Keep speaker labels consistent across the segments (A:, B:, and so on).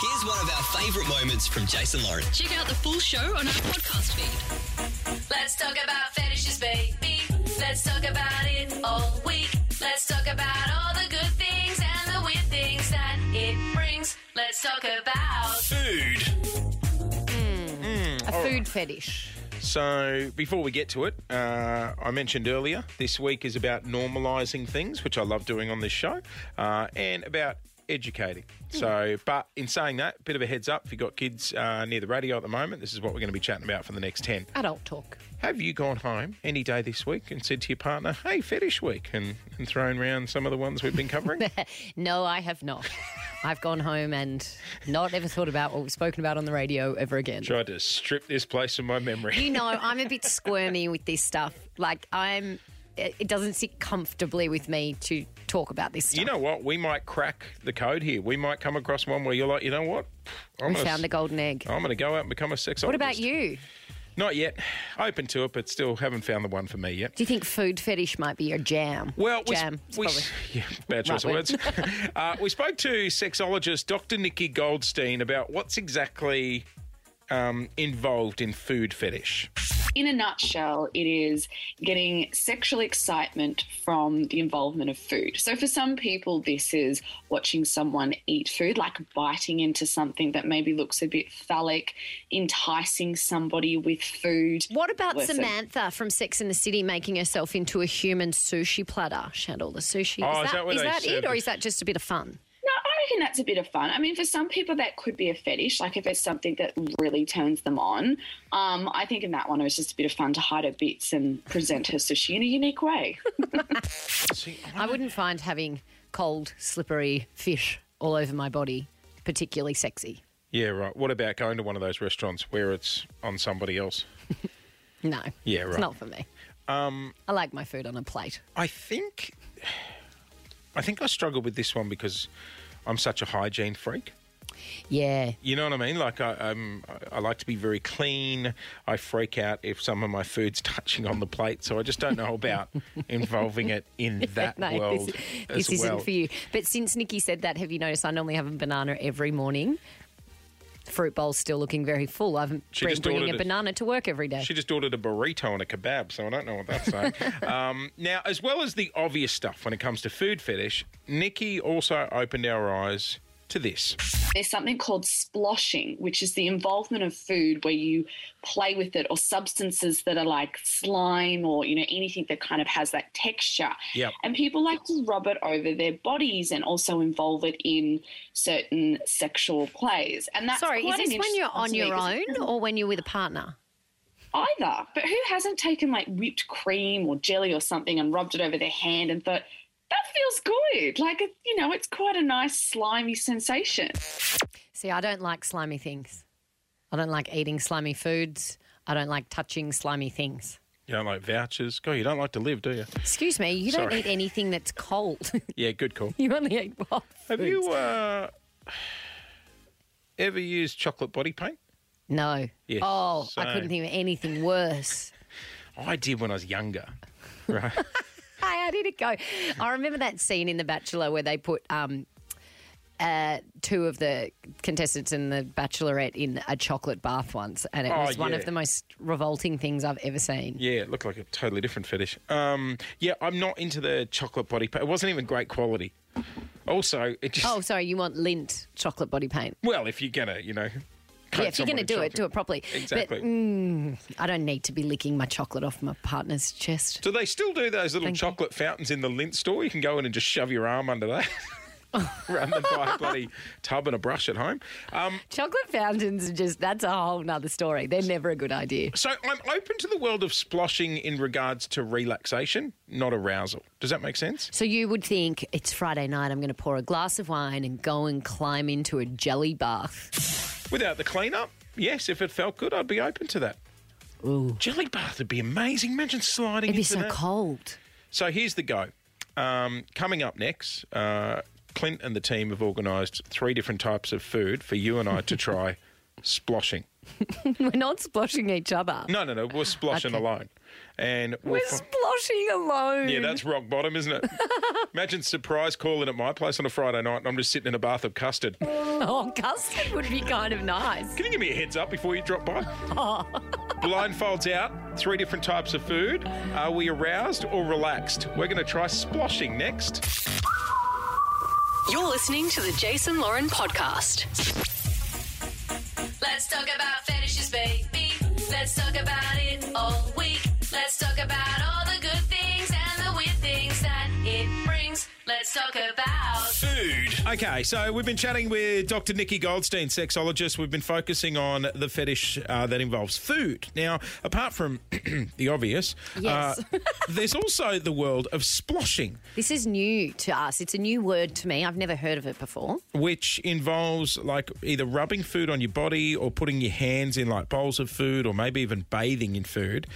A: Here's one of our favourite moments from Jason Lauren.
B: Check out the full show on our podcast feed.
C: Let's talk about fetishes, baby. Let's talk about it all week. Let's talk about all the good things and the weird things that it brings. Let's talk about.
A: Food.
D: A food fetish.
E: So, before we get to it, uh, I mentioned earlier this week is about normalising things, which I love doing on this show, uh, and about educating.
D: Hmm.
E: So, but in saying that, bit of a heads up if you've got kids uh, near the radio at the moment, this is what we're going to be chatting about for the next 10.
D: Adult talk.
E: Have you gone home any day this week and said to your partner, hey, fetish week, and, and thrown around some of the ones we've been covering?
D: No, I have not. I've gone home and not ever thought about what we've spoken about on the radio ever again.
E: Tried to strip this place of my memory.
D: You know, I'm a bit squirmy with this stuff. Like, I'm. It it doesn't sit comfortably with me to talk about this stuff.
E: You know what? We might crack the code here. We might come across one where you're like, you know Oh, what? I'm
D: I found the golden egg.
E: I'm going to go out and become a sexologist.
D: What about you?
E: Not yet. Open to it, but still haven't found the one for me yet.
D: Do you think food fetish might be your jam?
E: Well, we,
D: jam.
E: we,
D: It's
E: yeah, bad choice
D: Right
E: of words. uh, we spoke to sexologist Dr. Nikki Goldstein about what's exactly um, involved in food fetish.
F: in a nutshell, it is getting sexual excitement from the involvement of food. So, for some people, this is watching someone eat food, like biting into something that maybe looks a bit phallic, enticing somebody with food.
D: What about
F: Listen.
D: Samantha from Sex and the City making herself into a human sushi platter? She had all the sushi.
E: Oh, is that what
D: is
E: they
D: that it,
E: served
D: or
E: us?
D: is that just a bit of fun?
F: No, I reckon that's a bit of fun. I mean, for some people, that could be a fetish, like if it's something that really turns them on. Um, I think in that one, it was just a bit of fun to hide her bits and present her sushi in a unique way.
E: See,
D: I wouldn't find having cold, slippery fish all over my body particularly sexy.
E: yeah, right. What about going to one of those restaurants where it's on somebody else?
D: No.
E: Yeah,
D: It's
E: right.
D: not for me. Um, I like my food on a plate.
E: I think I think I struggle with this one because I'm such a hygiene freak.
D: Yeah.
E: You know what I mean? Like I, um, I- I like to be very clean. I freak out if some of my food's touching on the plate, so I just don't know about involving it in that
D: No,
E: world
D: this,
E: as
D: this isn't
E: well.
D: for you. But since Nikki said that, have you noticed I normally have a banana every morning? Fruit bowl's still looking very full. I'm
E: She
D: bring-
E: just
D: bringing
E: ordered
D: a
E: it.
D: banana to work every day.
E: She just ordered a burrito and a kebab, so I don't know what that's like. um, now, as well as the obvious stuff when it comes to food fetish, Nikki also opened our eyes to this.
F: There's something called sploshing, which is the involvement of food where you play with it or substances that are like slime or, you know, anything that kind of has that texture.
E: Yep.
F: And people like to rub it over their bodies and also involve it in certain sexual plays. And that's
D: Sorry, is
F: quite an
D: this when you're
F: interesting
D: on
F: to me
D: your
F: 'cause-
D: own or when you're with a partner?
F: Either. But who hasn't taken like whipped cream or jelly or something and rubbed it over their hand and thought, that feels good. Like, it, you know, it's quite a nice slimy sensation.
D: See, I don't like slimy things. I don't like eating slimy foods. I don't like touching slimy things.
E: You don't like vouchers. God, you don't like to live, do you?
D: Excuse me, you don't
E: Sorry.
D: eat anything that's cold.
E: Yeah, good call.
D: you only eat hot
E: Have
D: foods.
E: you uh, ever used chocolate body paint?
D: No.
E: Yes,
D: oh, I
E: so-
D: couldn't think of anything worse.
E: I did when I was younger. Right.
D: Hey, how did it go? I remember that scene in The Bachelor where they put um, uh, two of the contestants in The Bachelorette in a chocolate bath once, and it
E: Oh,
D: was one
E: yeah.
D: of the most revolting things I've ever seen.
E: yeah, it looked like a totally different fetish. Um, yeah, I'm not into the chocolate body paint. It wasn't even great quality. Also, it just
D: Oh, sorry, you want lint chocolate body paint?
E: well, if you're gonna, you know, coat
D: yeah, if you're
E: someone
D: going to
E: in
D: do it,
E: chocolate.
D: do it properly. But, mm,
E: Exactly.
D: I don't need to be licking my chocolate off my partner's chest.
E: Do they still do those little chocolate fountains in the lint store? You can go in and just shove your arm under that.
D: Oh.
E: Rather than buy a bloody tub and a brush at home. Um,
D: Chocolate fountains are just, that's a whole nother story. They're never a good idea.
E: so I'm open to the world of sploshing in regards to relaxation, not arousal. Does that make sense?
D: So you would think it's Friday night, I'm going to pour a glass of wine and go and climb into a jelly bath.
E: Without the cleanup, yes, if it felt good, I'd be open to that. Ooh. Jelly bath would be amazing. Imagine sliding
D: It'd be
E: into
D: so
E: that.
D: cold.
E: So here's the go. Um, coming up next, uh, Clint and the team have organised three different types of food for you and I to try sploshing.
D: We're not splashing each other.
E: No, no, no. We're sploshing
D: Okay.
E: alone, and Mm, we'll
D: We're
E: fi-
D: splashing alone.
E: yeah, that's rock bottom, isn't it? Imagine surprise calling at my place on a Friday night, and I'm just sitting in a bath of custard. Can
D: Oh, custard would be kind of nice.
E: you give me a heads up before you drop by? Blindfolds out. Three different types of food. Are we aroused or relaxed? We're going to try sploshing next.
B: You're listening to the Jason Lauren podcast.
C: Let's talk about fetishes, baby. Let's talk about it all week. Let's talk about all the good things and the weird things that it brings. Let's talk about.
A: Food.
E: Okay, so we've been chatting with Dr. Nikki Goldstein, sexologist. We've been focusing on the fetish uh, that involves food. Now, apart from the obvious, uh,
D: Yes.
E: there's also the world of sploshing,
D: This is new to us. It's a new word to me. I've never heard of it before.
E: which involves like either rubbing food on your body or putting your hands in like bowls of food or maybe even bathing in food.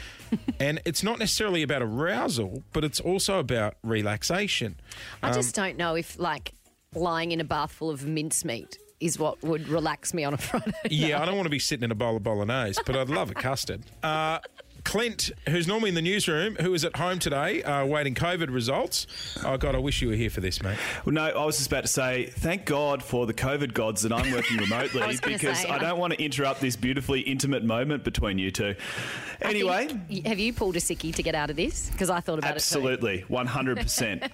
E: and it's not necessarily about arousal, but it's also about relaxation.
D: I just don't know if like lying in a bath full of mincemeat is what would relax me on a Friday.
E: Yeah, I don't want to be sitting in a bowl of bolognese, but I'd love a custard. Uh, Clint, who's normally in the newsroom, who is at home today uh, waiting COVID results. Oh, God, I wish you were here for this, mate.
G: Well, no, I was just about to say, thank God for the COVID gods that I'm working remotely
D: was gonna
G: because
D: say. um,
G: I don't want to interrupt this beautifully intimate moment between you two. Anyway,
D: Y- have you pulled a sickie to get out of this? Because I thought about it.
G: absolutely, 100%.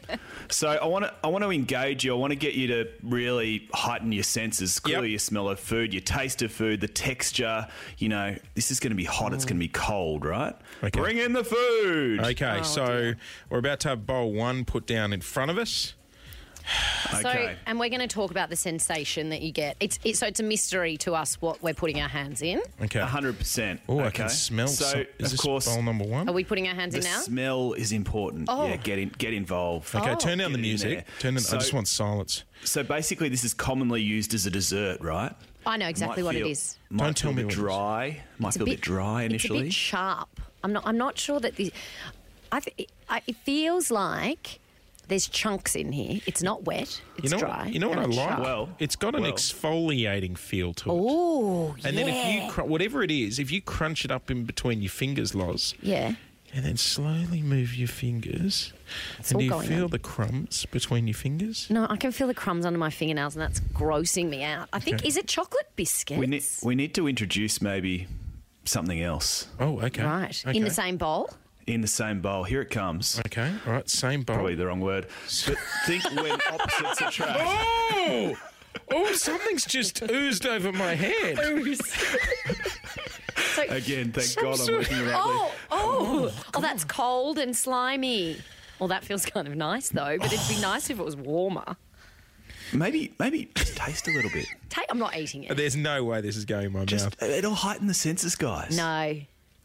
G: so I want to I want to engage you. I want to get you to really heighten your senses. Clearly, your smell of food, your taste of food, the texture. You know, this is going to be hot. It's going to be cold,
E: Mm.
G: right?
E: Okay.
G: Bring in the food.
E: Okay, so we're about to have bowl one put down in front of us.
D: So, and we're going to talk about the sensation that you get. It's it, so it's a mystery to us what we're putting our hands in.
E: Okay.
G: hundred percent.
E: Oh, I can smell
G: So,
E: some- Is
G: of
E: this
G: course,
E: bowl number one?
D: Are we putting our hands
G: the
D: in now?
G: smell is important.
D: Oh.
G: Yeah, get in, get involved.
E: okay, turn down the
G: Get it in
E: music.
G: there.
E: Turn down,
G: So-
E: I just want silence.
G: So basically, this is commonly used as a dessert, right?
D: I know exactly
G: Might
D: what it
G: feel-
D: is.
G: Might
E: Don't tell
G: feel a
E: me
G: bit
E: what it is.
G: dry. Might feel a bit dry
D: It's a
G: initially.
D: bit sharp. I'm not. I'm not sure that the. I, th- I, it feels like there's chunks in here. It's not wet. It's
E: You know,
D: dry.
E: you know what I
D: and it's
E: like?
D: sharp.
G: Well-
E: it's got an
G: well.
E: exfoliating feel to it.
D: Oh,
E: and
D: yeah.
E: then if you, cr- whatever it is, if you crunch it up in between your fingers, Loz,
D: yeah.
E: And then slowly move your fingers.
D: all
E: and do you
D: going
E: feel
D: on.
E: the crumbs between your fingers?
D: No, I can feel the crumbs under my fingernails, and that's grossing me out. I think
E: Okay.
D: is it chocolate biscuits?
G: we need we need to introduce maybe something else
E: Oh, okay.
D: right
E: Okay.
D: in the same bowl.
G: in the same bowl. Here it comes.
E: Okay. All right. Same bowl.
G: Probably the wrong word. But think when opposites attract.
E: Oh! Oh, something's just oozed over my head.
D: So,
G: Again, thank God I'm working remotely.
D: oh, oh, oh, that's cold and slimy. Well, that feels kind of nice though, but it'd be nice if it was warmer.
G: Maybe maybe just taste a little bit.
D: Take, I'm not eating it.
E: There's no way this is going in my mouth.
G: Just it'll heighten the senses, guys.
D: No,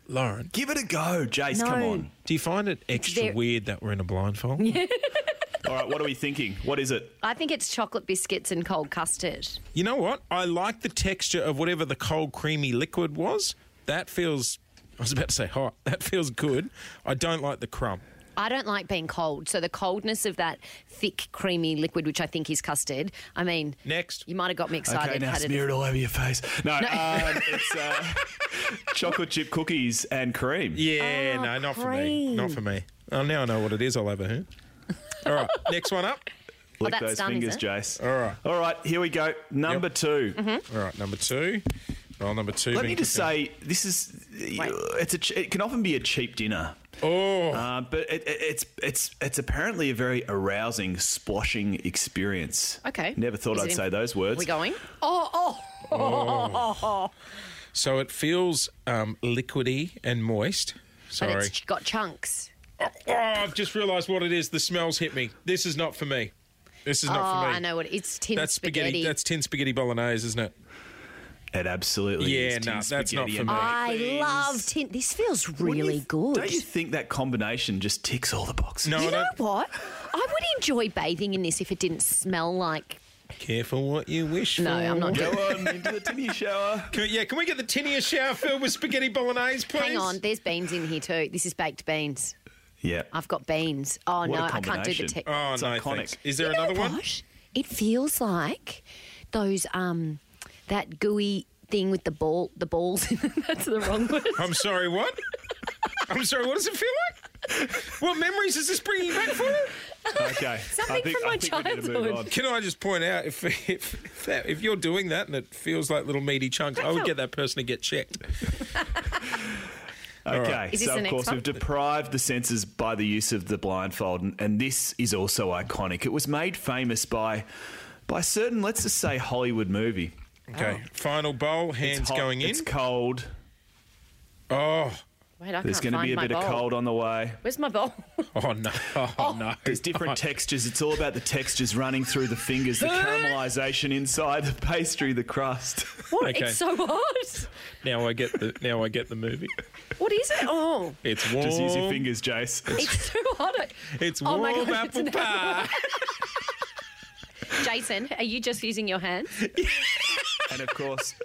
E: Lauren,
G: Give it a go, Jace. Come
D: No.
G: on.
E: do you find it extra
D: very-
E: weird that we're in a blindfold?
G: All right, what are we thinking? What is it?
D: I think it's chocolate biscuits and cold custard.
E: You know what? I like the texture of whatever the cold, creamy liquid was. That feels, I was about to say hot. That feels good. I don't like the crumb.
D: I don't like being cold, so the coldness of that thick, creamy liquid, which I think is custard. I mean,
E: Next.
D: you might have got me excited.
G: Okay, now
D: had
G: smear
D: it,
G: it all over your face. No, um, it's uh, chocolate chip cookies and cream.
E: Yeah,
D: Oh,
E: no, not for me. Not for me. Oh, now I know what it is. I'll have a hoot. All right, next one up.
G: Lick
D: that's
G: those
D: done, is
G: fingers,
D: it? Mm-hmm.
G: Jace.
E: All right.
G: All right, here we go. Number 2
E: All right, number two. Roll number two.
G: Let
E: being
G: me just
E: cooked
G: say, this is it's a ch- it can often be a cheap dinner,
E: up. Oh,
G: uh, but it, it, it's it's it's apparently a very arousing, splashing experience.
D: Okay.
G: never thought
D: Is it
G: I'd
D: in-
G: say those
D: Are
G: words.
D: we going? Oh, oh.
E: so it feels um, liquidy and moist.
D: But
E: Sorry.
D: it's got chunks.
E: Oh, I've just realised what it is. The smells hit me. This is not for me. This is
D: Oh,
E: not for me.
D: I know what it- it's tin
E: That's spaghetti. That's tin spaghetti bolognese, isn't it?
G: It absolutely
E: Yeah,
G: is.
E: no,
G: tin
E: that's not
G: spaghetti
E: for
G: and
E: me.
D: I
G: things.
D: love tin. This feels
G: Wouldn't you
D: really
G: th-
D: good.
G: Don't you think that combination just ticks all the boxes?
E: No,
D: You
E: I
D: know
E: don't.
D: what? I would enjoy bathing in this if it didn't smell like.
E: Careful what you wish
D: No,
E: for.
D: I'm not
G: Go
D: doing.
G: on into the tinny shower.
E: Can, yeah, can we get the tinnier shower filled with spaghetti bolognese, please?
D: Hang on, there's beans in here too. This is baked beans.
G: Yeah.
D: I've got beans. Oh
G: What a
D: no, I can't do the
G: combination.
D: tech.
E: Oh,
G: It's
E: no,
G: iconic.
E: thanks. Is there
D: You know
E: another one?
D: what? It feels like those um that gooey thing with the ball, the balls. That's the wrong word.
E: I'm sorry, what? I'm sorry, what does it feel like? What memories is this bringing back for you?
G: Okay.
D: Something from my childhood.
E: Can I just point out if if, if, that, if you're doing that and it feels like little meaty chunks, I would get that person to get checked.
G: Oh. on. Okay.
D: Is this
G: so,
D: the
G: of
D: next
G: course,
D: one?
G: we've deprived the senses by the use of the blindfold, and, and this is also iconic. It was made famous by by a certain, let's just say, Hollywood movie.
E: Okay, final bowl, hands
G: hot,
E: going in.
G: It's cold.
E: oh,
D: Wait, I
G: There's
D: going to
G: be a bit of cold on the way.
D: Where's my bowl?
E: oh no, oh, no.
G: There's different textures. It's all about the textures running through the fingers, the caramelization inside the pastry, the crust.
D: What?
E: Okay.
D: It's so hot.
E: Now I get the now I get the movie.
D: What is it? Oh,
E: It's warm.
G: Just use your fingers, Jace.
D: it's so hot.
E: It's
D: Oh
E: warm
D: my God, it's
E: apple
D: an
E: pie.
D: Jason, are you just using your hands?
G: and of course,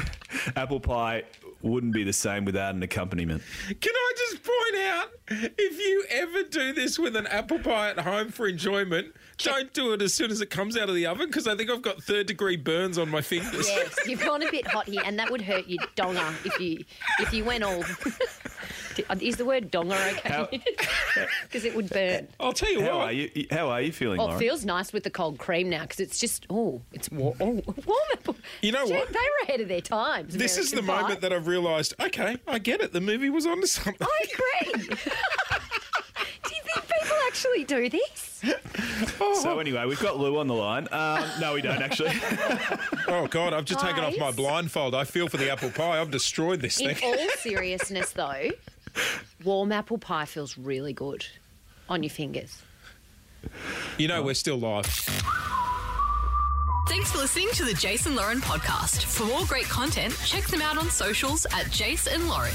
G: apple pie wouldn't be the same without an accompaniment.
E: Can I just point out if you ever do this with an apple pie at home for enjoyment, don't do it as soon as it comes out of the oven because I think I've got third degree burns on my fingers.
D: Yes, you've gone a bit hot here, and that would hurt your donger if you if you went all. is the word donger
G: How,
D: okay? Because it would burn.
E: I'll tell you
G: how
E: what.
G: are you? How are you feeling,
D: Oh, it
G: Lauren?
D: feels nice with the cold cream now because it's just oh, it's warm. Oh, warm apple.
E: You know
D: Gee,
E: what?
D: They were ahead of their times.
E: This is the
D: American
E: moment
D: Pie.
E: that I've realised. Okay, I get it. The movie was onto something.
D: I agree. do you think people actually do this?
G: So anyway, we've got Lou on the line. Um, no, we don't actually.
E: Oh God, I've just taken off my
D: Guys.
E: blindfold. I feel for the apple pie. I've destroyed this
D: In
E: thing.
D: all seriousness, though, warm apple pie feels really good on your fingers.
E: You know we're still live.
B: Thanks for listening to the Jason Lauren podcast. For more great content, check them out on socials at Jason Lauren.